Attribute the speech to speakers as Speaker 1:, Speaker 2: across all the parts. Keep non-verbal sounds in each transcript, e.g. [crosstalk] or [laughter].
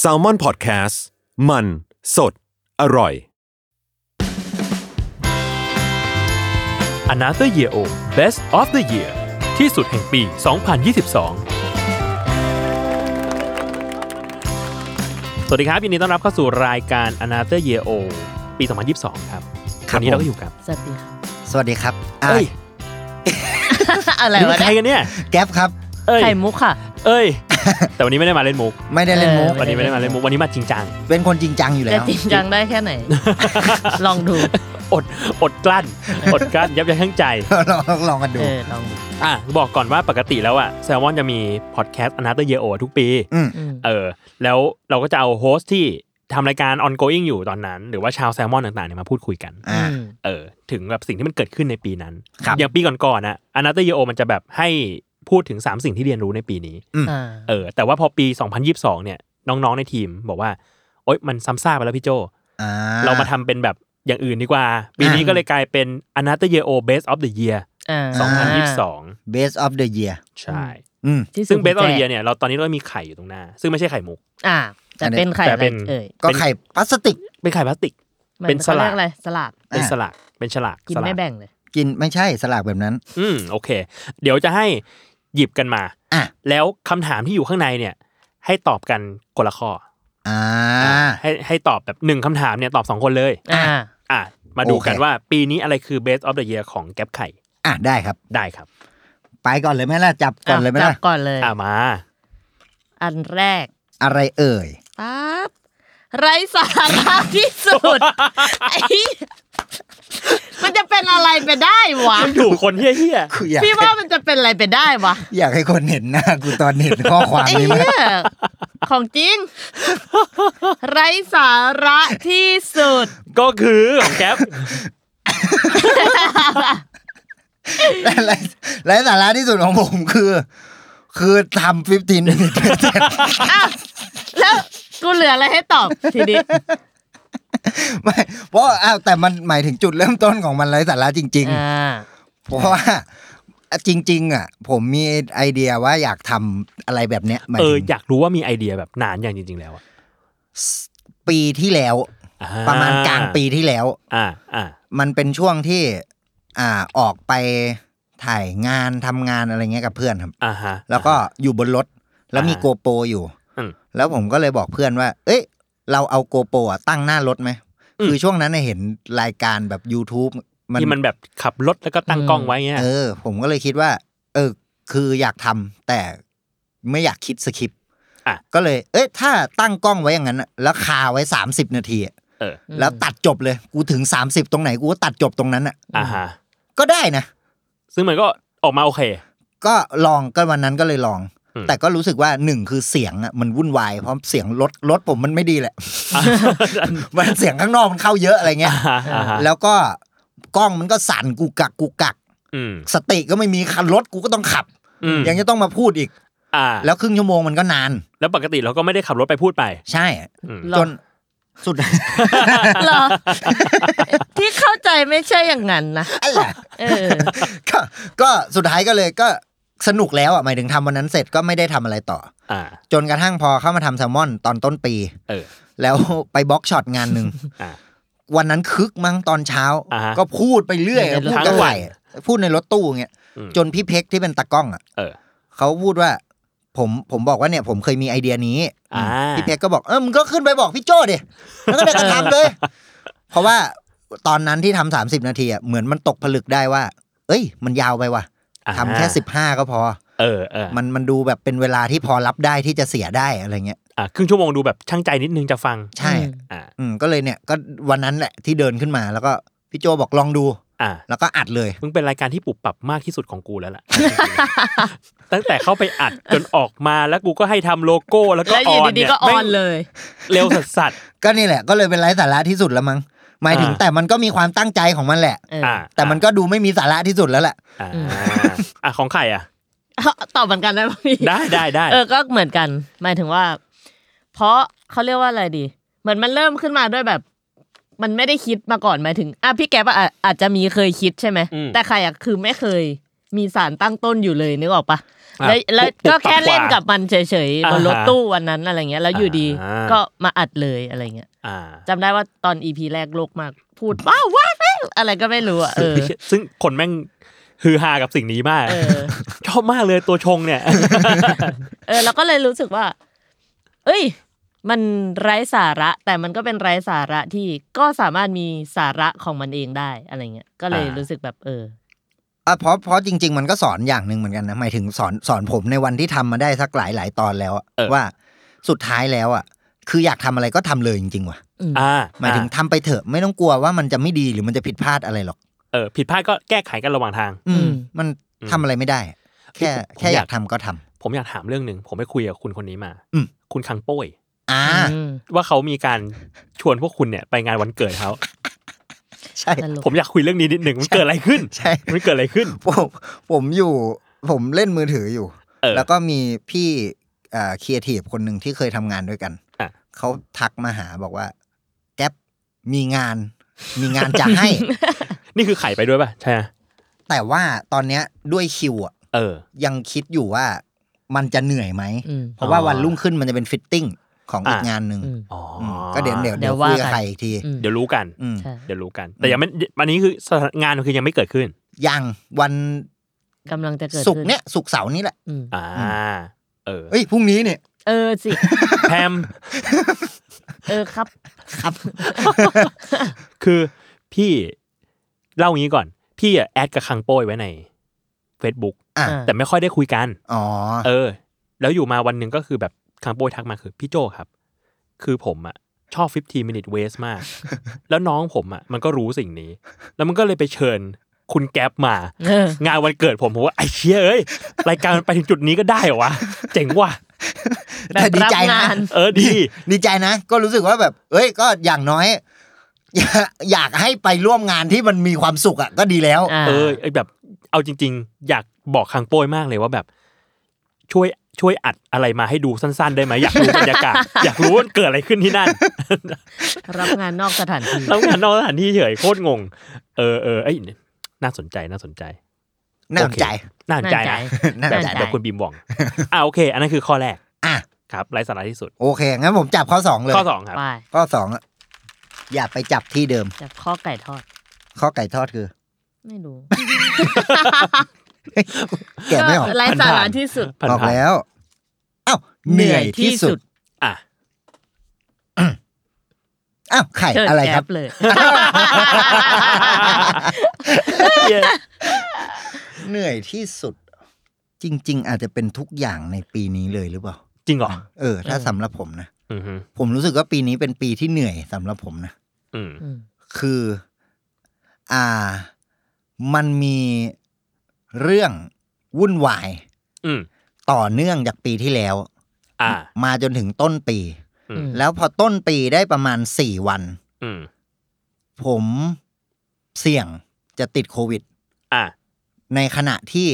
Speaker 1: แซลมอนพอดแคสต์มันสดอร่อย
Speaker 2: Another Year Old Best of the Year ที่สุดแห่งปี 2022 สวัสดีครับ ยินดีต้อนรับเข้าสู่รายการ Another Year Old ปี 2022 ครับ
Speaker 1: ครับ
Speaker 2: วันนี้เราก็
Speaker 1: ผม
Speaker 2: อยู่กับ
Speaker 3: สวัสดีค่ะ
Speaker 4: สวัสดีครับ
Speaker 2: เอ้ย
Speaker 3: อะไร
Speaker 2: นี่
Speaker 3: วะ
Speaker 2: ใคร
Speaker 3: เนี่ย
Speaker 2: กันเนี่ย
Speaker 4: แก๊ปครับ
Speaker 2: เอ้ย
Speaker 3: ไข่มุกค่ะ
Speaker 2: เอ้ย แต่วันนี้ไม่ได้มาเล่นมุก
Speaker 4: ไม่ได้เล่นมุก
Speaker 3: เออ
Speaker 2: วันนี้ไม่ได้มาเล่นมุก วันนี้มาจริงจัง
Speaker 4: เป็นคนจริงจังอยู่แล้
Speaker 3: จะ
Speaker 4: ว
Speaker 3: จริงจังได้แค่
Speaker 4: [laughs]
Speaker 3: ไหน ลองดู
Speaker 2: อด อดกลั้น อดกลั้น ยับยั้งชั่งใจ
Speaker 4: ลองลองกันดู
Speaker 3: เออลองดู
Speaker 2: อ่ะ บอกก่อนว่าปกติแล้วอะแซลมอนจะมีพอดแคสต์ Another Year Old ทุกปี
Speaker 4: อืม
Speaker 3: อืม
Speaker 2: เออแล้วเราก็จะเอาโฮสต์ที่ทำรายการ ongoing อยู่ตอนนั้น หรือว่าชาวแซลมอนต่างๆเนี่ยมาพูดคุยกัน
Speaker 4: อ่า
Speaker 3: อืม
Speaker 2: เออถึงแบบสิ่งที่มันเกิดขึ้นในปีนั้น
Speaker 4: ครับ
Speaker 2: อย่างปีก่อนๆนะอนาเตอร์เยโอมันจะแบบให้พูดถึง 3 สิ่งที่เรียนรู้ในปีนี้
Speaker 3: อ่า
Speaker 2: เออแต่ว่าพอปี 2022 เนี่ยน้องๆในทีมบอกว่า โอ๊ยมันซ้ำซากไปแล้วพี่โจ
Speaker 4: อ่า
Speaker 2: เรามาทำเป็นแบบอย่างอื่นดีกว่า ปีนี้ก็เลยกลายเป็น a n a t h e r Year O Best of the Year
Speaker 3: อ่า
Speaker 2: 2022
Speaker 4: base of the year
Speaker 2: ใช่
Speaker 4: อืม
Speaker 3: ที่
Speaker 2: ซึ่ง
Speaker 3: กุญ
Speaker 2: Best
Speaker 3: แจ
Speaker 2: of the Year เนี่ยเราตอนนี้เรามีไข่อยู่ตรงหน้า ซึ่งไม่ใช่ไข่มุก
Speaker 3: อ่า แต่เป็นไข่
Speaker 2: แต่
Speaker 3: อะไร
Speaker 2: เป็น
Speaker 3: เอ่ย
Speaker 4: ก็ไข่พลาสติก
Speaker 2: เป็นไข่พลาสติก
Speaker 3: มั
Speaker 2: เป็นสลัด
Speaker 3: ขารียอะไรสลัด
Speaker 2: เป็น
Speaker 4: อ่า
Speaker 2: สลากเป็นฉลาก
Speaker 3: กิน
Speaker 2: สลา
Speaker 3: ไม่แบ่งเลย
Speaker 4: กินไม่ใช่สลากแบบนั้น
Speaker 2: อืมโอเค เดี๋ยวจะให้หยิบกันมา
Speaker 4: อ่ะ
Speaker 2: แล้วคำถามที่อยู่ข้างในเนี่ย ให้ตอบกันคนละข้อ
Speaker 4: อ่า
Speaker 2: อ่าให้ให้ตอบแบบหนึ่งคำถามเนี่ยตอบสองคนเลย
Speaker 3: อ่า
Speaker 2: อ่ะ มาดูกัน
Speaker 4: โอเค
Speaker 2: ว่าปีนี้อะไรคือ best of the year ของแก๊ปไข่
Speaker 4: อ่ะได้ครับ
Speaker 2: ได้ครับ
Speaker 4: ไปก่อนเลยไหมล่ะ จับก่อนเลยไหม
Speaker 3: จั
Speaker 4: ล่ะ
Speaker 3: บก่อนเลย
Speaker 2: อ่ะมา
Speaker 3: อันแรก
Speaker 4: อะไรเอ่ย
Speaker 3: ปั๊บไรสาระที่สุ
Speaker 2: [laughs]
Speaker 3: ดไอ้ [laughs] มันจะเป็นอะไรไปได้วะ
Speaker 2: อยู่คนเฮี้ย
Speaker 4: คืออยาก
Speaker 3: พี่ว่ามันจะเป็นอะไรไปได้วะ
Speaker 4: อยากให้คนเห็นหน้ากูตอนเห็นข้อความ
Speaker 3: ไอ้
Speaker 4: นี้มาก
Speaker 3: เหี้ยของจริง ไรสาระที่สุด
Speaker 2: ๆก็คือของแก๊ป
Speaker 4: และและสาระที่สุดของผมคือ คือทำฟิฟติน
Speaker 3: อ้าวแล้วกูเหลืออะไรให้ตอบทีนี้
Speaker 4: ไม่เพราะอ้าวแต่มันหมายถึงจุดเริ่มต้นของมันไรสาระจริง ๆ
Speaker 3: อ่า
Speaker 4: เพราะว่าจริง ๆ อ่ะ ผมมีไอเดียว่าอยากทำอะไรแบบเนี้ยหมาย
Speaker 2: เออ
Speaker 4: ถึง
Speaker 2: อยากรู้ว่ามีไอเดียแบบนานอย่างจริง ๆ แล้วอะ
Speaker 4: ปีที่แล้ว
Speaker 2: อ่
Speaker 4: ประมาณกลางปีที่แล้ว
Speaker 2: อ่าอ่า
Speaker 4: มันเป็นช่วงที่ อ่าออกไปถ่ายงานทำงานอะไรเงี้ยกับเพื่อนครับ
Speaker 2: อ่าฮะ
Speaker 4: แล้วก็อยู่บนรถ แล้วมี
Speaker 2: อ่า
Speaker 4: โกโปรอยู่
Speaker 2: อืม
Speaker 4: แล้วผมก็เลยบอกเพื่อนว่า เอ้ย เราเอาโกโปรอะตั้งหน้ารถไหม
Speaker 2: อืม
Speaker 4: คือช่วงนั้นน่ะเห็นรายการแบบ YouTube มัน
Speaker 2: ที่มันแบบขับรถแล้วก็ตั้งกล้องไว้เงี้ย
Speaker 4: เออ ผมก็เลยคิดว่า เออ คืออยากทำแต่ไม่อยากคิดสคริปต์
Speaker 2: อ่ะ
Speaker 4: ก็เลย เอ้ยถ้าตั้งกล้องไว้อย่างนั้นน่ะแล้วคาไว้ 30 นาทีอะ
Speaker 2: เออ
Speaker 4: แล้วตัดจบเลย กูถึง 30 ตรงไหนกูก็ตัดจบตรงนั้นอ่ะ
Speaker 2: อ่าฮะ
Speaker 4: ก็ได้นะ
Speaker 2: ซึ่งมันก็ออกมาโอเค
Speaker 4: ก็ลองก็วันนั้นก็เลยลอง
Speaker 2: อืม
Speaker 4: แต่ก็รู้สึกว่าหนึ่งคือเสียงอ่ะมันวุ่นวายเพราะเสียงรถรถผมมันไม่ดีแหละ
Speaker 2: [laughs]
Speaker 4: มันเสียงข้างนอกมันเข้าเยอะอะไรเงี้ย
Speaker 2: อ่าฮะ
Speaker 4: แล้วก็กล้องมันก็สั่นกูกักกูกัก
Speaker 2: อืม
Speaker 4: สติก็ไม่มีคันรถกูก็ต้องขับ
Speaker 2: อืม
Speaker 4: ยังจะต้องมาพูดอีก
Speaker 2: อ่า
Speaker 4: อ่ะแล้วครึ่งชั่วโมงมันก็นาน
Speaker 2: แล้วปกติเราก็ไม่ได้ขับรถไปพูดไป
Speaker 4: ใช่
Speaker 2: อืม
Speaker 3: เหรอ
Speaker 4: จนสุด [laughs]
Speaker 3: เหรอที่เข้าใจไม่ใช่อย่างนั้นนะ
Speaker 4: อะไรอ่ะ
Speaker 3: เออ
Speaker 4: ก็ก็สุดท้ายก็เลยก็สนุกแล้วอ่ะหมายถึงทำวันนั้นเสร็จก็ไม่ได้ทำอะไรต่อ
Speaker 2: อ่า
Speaker 4: จนกระทั่งพอเข้ามาทำแซลมอนตอนต้นปี
Speaker 2: เออ
Speaker 4: แล้วไปบล็อกช็อตงานหนึ่ง [laughs]
Speaker 2: อ่า
Speaker 4: วันนั้นคึกมั้งตอนเช้า
Speaker 2: อ่าฮะ
Speaker 4: ก็พูดไปเรื่อย
Speaker 3: ในรถ
Speaker 4: พูดไม่ไหวพูดในรถตู้อย่างเงี้ย
Speaker 2: อืม
Speaker 4: จนพี่เพ็กที่เป็นตากล้องอ่ะ
Speaker 2: เออ
Speaker 4: เขาพูดว่า ผมผมบอกว่าเนี่ยผมเคยมีไอเดียนี้
Speaker 2: อ่า
Speaker 4: พี่เพชรก็บอกเออมึงก็ขึ้นไปบอกพี่โจ้ดิแล้วก็ไปกระทำเลย
Speaker 2: [laughs]
Speaker 4: เพราะว่าตอนนั้นที่ทำสามสิบนาทีอ่ะเหมือนมันตกผลึกได้ว่า เอ้ย มันยาวไปว่ะทำแค่สิบห้าก็พอ
Speaker 2: เออเออ
Speaker 4: มันมันดูแบบเป็นเวลาที่พอรับได้ที่จะเสียได้อะไรเงี้ย
Speaker 2: อ่ะครึ่งชั่วโมงดูแบบช่างใจนิดนึงจะฟัง
Speaker 4: ใช่
Speaker 3: อืม
Speaker 2: อ่า
Speaker 4: อืมก็เลยเนี่ยก็วันนั้นแหละที่เดินขึ้นมาแล้วก็พี่โจบอกลองดู
Speaker 2: อ่า
Speaker 4: แล้วก็อัดเลย
Speaker 2: มึงเป็นรายการที่ปรับปรับมากที่สุดของกูแล้ว
Speaker 3: [laughs]
Speaker 2: ล่ะ ตั้งแต่เข้าไปอัดจนออกมาแล้วกูก็ให้ทำโลโก้แล้วก็
Speaker 3: แล้ว
Speaker 2: อ
Speaker 3: อยู่
Speaker 2: อน
Speaker 3: ดี
Speaker 2: เนี่ย
Speaker 3: ๆก็อ
Speaker 2: แม่
Speaker 3: อง นเลย
Speaker 2: เร็วสัสสัส
Speaker 4: ก็นี่แหละก็เลยเป็นไร้สาระที่สุดแล้วมั้งหมายถึง
Speaker 2: อ่า
Speaker 4: แต่มันก็มีความตั้งใจของมันแหละ
Speaker 3: เออ
Speaker 2: อ่า
Speaker 4: แต่มันก็ดูไม่มีสาระที่สุดแล้วแหละ
Speaker 2: อ่าอ่ะของใครอ่ะ
Speaker 3: ตอบเหมือนกันได้ปะพี่
Speaker 2: ได้ได้ได้
Speaker 3: เออ ก็เหมือนกัน หมายถึงว่า เพราะเขาเรียกว่าอะไรดี เหมือนมันเริ่มขึ้นมาด้วยแบบ มันไม่ได้คิดมาก่อนหมายถึงอ่ะพี่แก๊ปอะอ่ะอาจจะมีเคยคิดใช่ไหม
Speaker 2: อืม
Speaker 3: แต่ใครอะคือไม่เคย มีสารตั้งต้นอยู่เลยนึกออกปะ
Speaker 2: อ่ะ
Speaker 3: แล้ว
Speaker 2: ปุ๊บปุ๊บ
Speaker 3: แล้วก็แค่
Speaker 2: ปั๊บกว่า
Speaker 3: เล่นกับมันเฉยๆบนรถ
Speaker 2: อ่าฮะ
Speaker 3: ตู้วันนั้นอะไรเงี้ย แล้วอยู่ดี
Speaker 2: อ่า
Speaker 3: ก็มาอัดเลยอะไรเงี้ย
Speaker 2: อ่า
Speaker 3: จำได้ว่าตอนอีพีแรกโลกมาก พูดว้าวว้าวว้าวอะไรก็ไม่รู้อะเอ
Speaker 2: [laughs]
Speaker 3: อ
Speaker 2: ซึ่งคนแม่งฮือฮากับสิ่งนี้มาก
Speaker 3: เออ
Speaker 2: ชอบมากเลยตัวชงเนี่ย
Speaker 3: เออแล้วก็เลยรู้สึกว่า เอ้ย มันไร้สาระ แต่มันก็เป็นไร้สาระที่ก็สามารถมีสาระของมันเองได้อะไรเงี้ย ก็เลย
Speaker 2: อ่ารู้
Speaker 3: รู้สึกแบบเออ
Speaker 4: อ่ะเพราะเพราะจริง ๆ มันก็สอนอย่างหนึ่งเหมือนกันนะหมายถึงสอนสอนผมในวันที่ทำมาได้สักหลายหลายๆตอนแล้วอะ
Speaker 2: เออ
Speaker 4: ว่าสุดท้ายแล้วอ่ะ คืออยากทำอะไรก็ทำเลยจริง ๆ ว่ะ
Speaker 2: อ่า
Speaker 4: หมายถึงทำไปเถอะไม่ต้องกลัวว่ามันจะไม่ดีหรือมันจะผิดพลาดอะไรหรอก
Speaker 2: เออผิดพลาดก็แก้ไขกันระหว่างทาง
Speaker 4: อื
Speaker 3: อื
Speaker 4: ม
Speaker 3: ม
Speaker 4: มันทำอะไรไม่ได้
Speaker 2: ผ
Speaker 4: แค่
Speaker 2: ม
Speaker 4: แค่อ
Speaker 2: อาย
Speaker 4: ยาก กทำก็ทำ
Speaker 2: ผมอยากถามเรื่องหนึ่งผมไปคุยกับคุณคนนี้มา
Speaker 4: อืม
Speaker 2: คุณคังโป้ย
Speaker 4: อ่า
Speaker 3: อืม
Speaker 2: ว่าเขามีการชวนพวกคุณเนี่ยไปงานวันเกิดเขา
Speaker 4: ใช่
Speaker 3: ตลก
Speaker 2: ผมอยากคุยเรื่องนี้นิดหนึ่งมันเกิดอะไรขึ้น
Speaker 4: ใช่
Speaker 2: มันเกิดอะไรขึ้น
Speaker 4: ผมผมอยู่ ผมเล่นมือถืออยู่
Speaker 2: เออ
Speaker 4: แล้วก็มีพี่เอ่อครีเอทีฟคนหนึ่งที่เคยทำงานด้วยกัน
Speaker 2: อ่ะ
Speaker 4: เขาทักมาหาบอกว่า แก๊ปมีงาน มีงานจะ
Speaker 3: [laughs]
Speaker 4: ให้
Speaker 2: นี่คือไข่ไปด้วยป่ะใช่ไหม
Speaker 4: แต่ว่าตอนเนี้ยด้วยคิวอะ
Speaker 2: เออ
Speaker 4: ยังคิดอยู่ว่ามันจะเหนื่อยไหม
Speaker 3: อืม
Speaker 4: เพราะว่าวันรุ่งขึ้นมันจะเป็นฟิตติ้งของอีก
Speaker 2: อ่ะ
Speaker 4: งานหนึ่ง
Speaker 3: อืม
Speaker 2: อ๋อ
Speaker 4: มก็เดี๋ยวเดี๋ยว
Speaker 3: เดี๋
Speaker 4: เดี๋
Speaker 3: ย
Speaker 4: ยว ว
Speaker 3: ว่า
Speaker 4: คุยกั
Speaker 3: กับ น
Speaker 4: ใครอีกที
Speaker 3: อืม
Speaker 2: เดี๋ยวรู้กัน
Speaker 4: อืม
Speaker 3: ใช่
Speaker 2: เดี๋ยวรู้กัน แต่ยังไม่อันนี้คือสถานงานมันคือยังไม่เกิดขึ้น
Speaker 4: ยังวัน
Speaker 3: กำลังจะเกิด
Speaker 4: ศุกร์
Speaker 3: ขึ้
Speaker 4: เนี้ยศุกร์เสาร์นี้แหละ
Speaker 3: อืม
Speaker 2: อ่า เออ
Speaker 4: เอ้ยพรุ่งนี้เนี่ย
Speaker 3: เออสิ
Speaker 2: แพม
Speaker 3: เออครับ
Speaker 4: ครับ
Speaker 2: คือพี่เล่างี้ก่อน พี่อะแอดกับคังโป้ยไว้ใน Facebook
Speaker 4: อ่ะ
Speaker 3: อ่า
Speaker 2: แต่ไม่ค่อยได้คุยกัน
Speaker 4: อ๋อ
Speaker 2: เออ แล้วอยู่มาวันหนึ่งก็คือแบบคังโป้ยทักมาคือ พี่โจครับ คือผมอะชอบ 15 minute waste มาก แล้วน้องผมอะมันก็รู้สิ่งนี้ แล้วมันก็เลยไปเชิญคุณแก๊ปมา
Speaker 3: [laughs] เออ
Speaker 2: งานวันเกิดผมผมว่าไอ้เชี่ยเอ้ยรายการมันไปถึงจุดนี้ก็ได้เหรอวะ เจ๋งว่ะ
Speaker 3: แบบ
Speaker 4: แต่ดีใจ
Speaker 3: รับ
Speaker 4: นะ
Speaker 3: งาน
Speaker 2: เออดี
Speaker 4: ดีใจนะ ก็รู้สึกว่าแบบ เอ้ยก็อย่างน้อย [laughs] อยากอยากให้ไปร่วมงานที่มันมีความสุขอ่ะก็ดีแล้ว
Speaker 3: อ่า
Speaker 2: เออไอ้แบบเอาจริง ๆ อยากบอกคังโป้ยมากเลยว่าแบบ ช่วยช่วยอัดอะไรมาให้ดูสั้น ๆ ได้ไหมอยากรู้บรรยากาศ อยากรู้ว่ามันเกิดอะไรขึ้นที่นั่น
Speaker 3: รับงานนอกสถานที่
Speaker 2: แล้วงานน [laughs] อกสถานที่เฉยโคตรงง เออเออไอ้ยน่าสนใจน่าสนใจ
Speaker 4: น่าสนใจ
Speaker 2: โอเคน่าสนใจนะ
Speaker 4: [laughs] น่าส
Speaker 2: แบบ
Speaker 4: นใจ
Speaker 2: แบบคุณบีมบอกอ่าโอเค อันนั้นคือข้อแรก
Speaker 4: อ่ะ
Speaker 2: ครับไร้สาระที่สุด
Speaker 4: โอเค งั้นผมจับข้อสองเลย
Speaker 2: ข้อสองครับ
Speaker 3: ไป
Speaker 4: ข้อสองอะอย่าไปจับที่เดิม
Speaker 3: จับข้อไก่ทอด
Speaker 4: ข้อไก่ทอดคือ
Speaker 3: ไม่รู้
Speaker 4: แก่ไม่ออก
Speaker 3: ไร้สาระ
Speaker 2: ผ่านๆ
Speaker 3: ที่สุด
Speaker 2: ผ่าน
Speaker 4: ออก
Speaker 2: ผ่าน
Speaker 4: แล้วอ้าวเหนื่อยที่สุด
Speaker 2: อ่ะ
Speaker 4: อ้าวไข่
Speaker 3: เชิญ
Speaker 4: อะไรครับ
Speaker 3: แก๊ปเลย
Speaker 2: เย้
Speaker 4: เหนื่อยที่สุด จริง ๆ อาจจะเป็นทุกอย่างในปีนี้เลยหรือเปล่า
Speaker 2: จริงเหรอ
Speaker 4: เออ ถ้าสำหรับผมนะ
Speaker 2: อือหือ
Speaker 4: ผมรู้สึกว่าปีนี้เป็นปีที่เหนื่อยสำหรับผมนะ
Speaker 2: อืม
Speaker 3: อืม
Speaker 4: คือ อ่า มันมีเรื่องวุ่นวาย
Speaker 2: อืม
Speaker 4: ต่อเนื่องจากปีที่แล้ว
Speaker 2: อ่า
Speaker 4: มาจนถึงต้นปี
Speaker 2: อื
Speaker 3: อื
Speaker 2: ม
Speaker 3: ม
Speaker 4: แล้วพอต้นปีได้ประมาณสี่วัน
Speaker 2: อืม
Speaker 4: ผมเสี่ยงจะติดโควิด
Speaker 2: อ่ะ
Speaker 4: ในขณะที่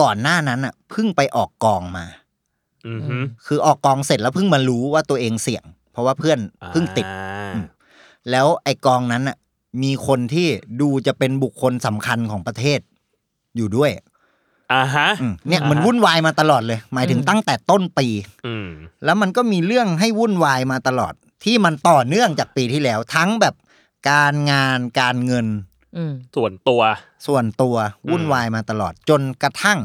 Speaker 4: ก่อนหน้านั้นอ่ะเพิ่งไปออกกองมา
Speaker 2: อือหือ
Speaker 4: คือออกกองเสร็จแล้วเพิ่งมารู้ว่าตัวเองเสี่ยง เพราะว่าเพื่อนเพิ่งติด
Speaker 2: อ่า
Speaker 4: อืม แล้วไอกองนั้นอ่ะ มีคนที่ดูจะเป็นบุคคลสำคัญของประเทศ อยู่ด้วย
Speaker 2: อ่าฮะ
Speaker 4: อืมเนี่ย
Speaker 2: อ่ามั
Speaker 4: มันวุ่นวายมาตลอดเลย หมายถึงตั้งแต่ต้นปี
Speaker 2: อืม
Speaker 4: แล้วมันก็มีเรื่องให้วุ่นวายมาตลอด ที่มันต่อเนื่องจากปีที่แล้ว ทั้งแบบการงานการเงิน
Speaker 3: อืม
Speaker 2: ส่วนตัว
Speaker 4: ส่วนตัววุ่นวายมาตลอด จนกระทั่ง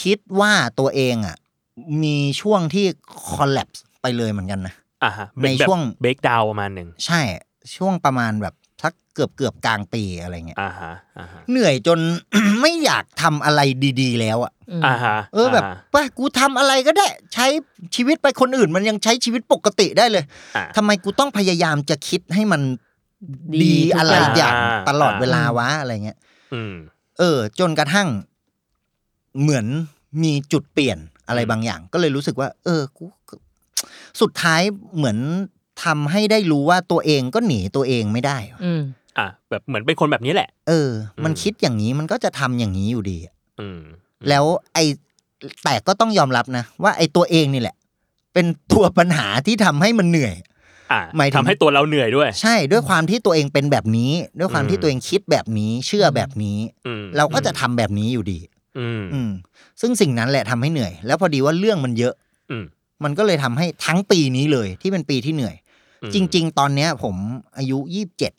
Speaker 4: คิดว่าตัวเองอ่ะ มีช่วงที่ collapse ไปเลยเหมือนกันนะ
Speaker 2: อ่าฮะ
Speaker 4: ในช่วง
Speaker 2: เบรกดาวประมาณหนึ่ง
Speaker 4: ใช่ช่วงประมาณแบบสักเกือบเกือบกลางปีอะไรเงี้ย
Speaker 2: อ่าฮะอ่าฮะ
Speaker 4: เหนื่อยจน [coughs] ไม่อยากทำอะไรดีๆ แล้วอะ
Speaker 3: อืม
Speaker 2: อ่าฮะ
Speaker 4: เออแบบ
Speaker 2: าฮะ
Speaker 4: ว่ากูทำอะไรก็ได้ ใช้ชีวิตไปคนอื่น มันยังใช้ชีวิตปกติได้เลย
Speaker 2: อ่ะ
Speaker 4: ทำไมกูต้องพยายามจะคิดให้มันดี
Speaker 3: ทุก
Speaker 4: อะไร
Speaker 3: ย่าง
Speaker 4: อย่าง
Speaker 2: อ่า
Speaker 4: ตลอดเวลาวะอะไรเงี้ย
Speaker 2: อืม
Speaker 4: เออ จนกระทั่ง เหมือนมีจุดเปลี่ยนอะไร
Speaker 2: อืม
Speaker 4: บางอย่าง ก็เลยรู้สึกว่า เออกูก็สุดท้ายเหมือนทำให้ได้รู้ว่าตัวเองก็หนีตัวเองไม่ได้ว่ะ
Speaker 3: อืม
Speaker 2: อ่ะแบบเหมือนเป็นคนแบบนี้แหละ
Speaker 4: เออ มัน
Speaker 2: อืม
Speaker 4: คิดอย่างนี้มันก็จะทำอย่างนี้อยู่ดีอะ
Speaker 2: อืม
Speaker 4: แล้วไอแต่ก็ต้องยอมรับนะ ว่าไอตัวเองนี่แหละ เป็นตัวปัญหาที่ทำให้มันเหนื่อย
Speaker 2: อ่ะ
Speaker 4: หมายถึง
Speaker 2: ทำให้ตัวเราเหนื่อยด้วย
Speaker 4: ใช่ด้วยความที่ตัวเองเป็นแบบนี้ ด้วยความที่ตัวเองคิดแบบนี้ เชื่อแบบนี้
Speaker 2: อืม
Speaker 4: เราก็จะทำแบบนี้อยู่ดี
Speaker 2: อืม
Speaker 4: อืมซึ่งสิ่งนั้นแหละทำให้เหนื่อย แล้วพอดีว่าเรื่องมันเยอะ
Speaker 2: อืม
Speaker 4: มันก็เลยทำให้ทั้งปีนี้เลยที่เป็นปีที่เหนื่อย
Speaker 2: อืม
Speaker 4: จริง ๆ ตอนเนี้ยผมอายุยี่บเจ็ด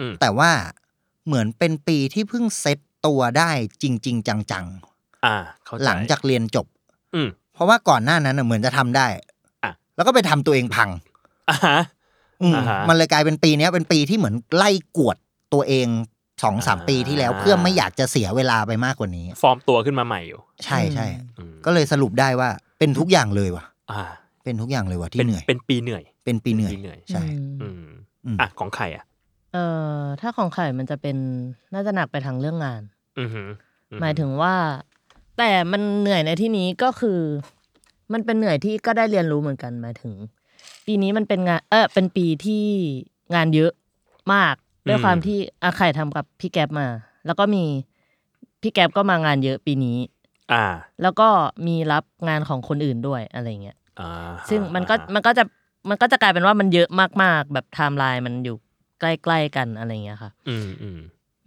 Speaker 2: อืม
Speaker 4: แต่ว่าเหมือนเป็นปีที่เพิ่งเซ็ตตัวได้จริง ๆ จัง
Speaker 2: อ่าเข้าใจ
Speaker 4: ๆ หลังจากเรียนจบ
Speaker 2: อืม
Speaker 4: เพราะว่าก่อนหน้านั้นน่ะเหมือนจะทำได้
Speaker 2: อ่ะ
Speaker 4: แล้วก็ไปทำตัวเองพัง
Speaker 2: อ่าฮะ
Speaker 4: อืม
Speaker 2: อ่าฮะ
Speaker 4: มันเลยกลายเป็นปีเนี้ยเป็นปีที่เหมือนไล่กวดตัวเองสองสาม
Speaker 2: อ่า
Speaker 4: ปีที่แล้วเพื่อไม่อยากจะเสียเวลาไปมากกว่านี้
Speaker 2: ฟอร์มตัวขึ้นมาใหม่อยู่
Speaker 4: ใช่ใช่
Speaker 2: อืม
Speaker 4: ก็เลยสรุปได้ว่าเป็นทุกอย่างเลยว่ะ
Speaker 2: อ่า
Speaker 4: เป็นทุกอย่างเลยว่ะที่
Speaker 2: เป็น
Speaker 4: เหนื่อย
Speaker 2: เป็นปีเหนื่อย
Speaker 4: เป็นปีเหนื่อย
Speaker 2: ปีเหนื่อย
Speaker 4: ใช่
Speaker 2: อืม
Speaker 4: อืม
Speaker 2: อ่ะของใครอ่ะ
Speaker 3: เอ่อถ้าของไข่มันจะเป็นน่าจะหนักไปทางเรื่องงาน
Speaker 2: อือหืออืออ
Speaker 3: หมายถึงว่า แต่มันเหนื่อยในที่นี้ก็คือ มันเป็นเหนื่อยที่ก็ได้เรียนรู้เหมือนกันหมายถึง ปีนี้มันเป็นงานเออเป็นปีที่งานเยอะมากด้วยความที่อาไข่ทำกับพี่แก๊ปมา แล้วก็มีพี่แก๊ปก็มางานเยอะปีนี้
Speaker 2: อ่า
Speaker 3: แล้วก็มีรับงานของคนอื่นด้วยอะไรเงี้ย
Speaker 2: อ่า
Speaker 3: ซึ่งมันก็
Speaker 2: อ่า
Speaker 3: มันก็จะมันก็จะกลายเป็นว่ามันเยอะมากๆ แบบไทม์ไลน์มันอยู่ใกล้ๆกันอะไรเงี้ยค่ะ
Speaker 2: อืมอืม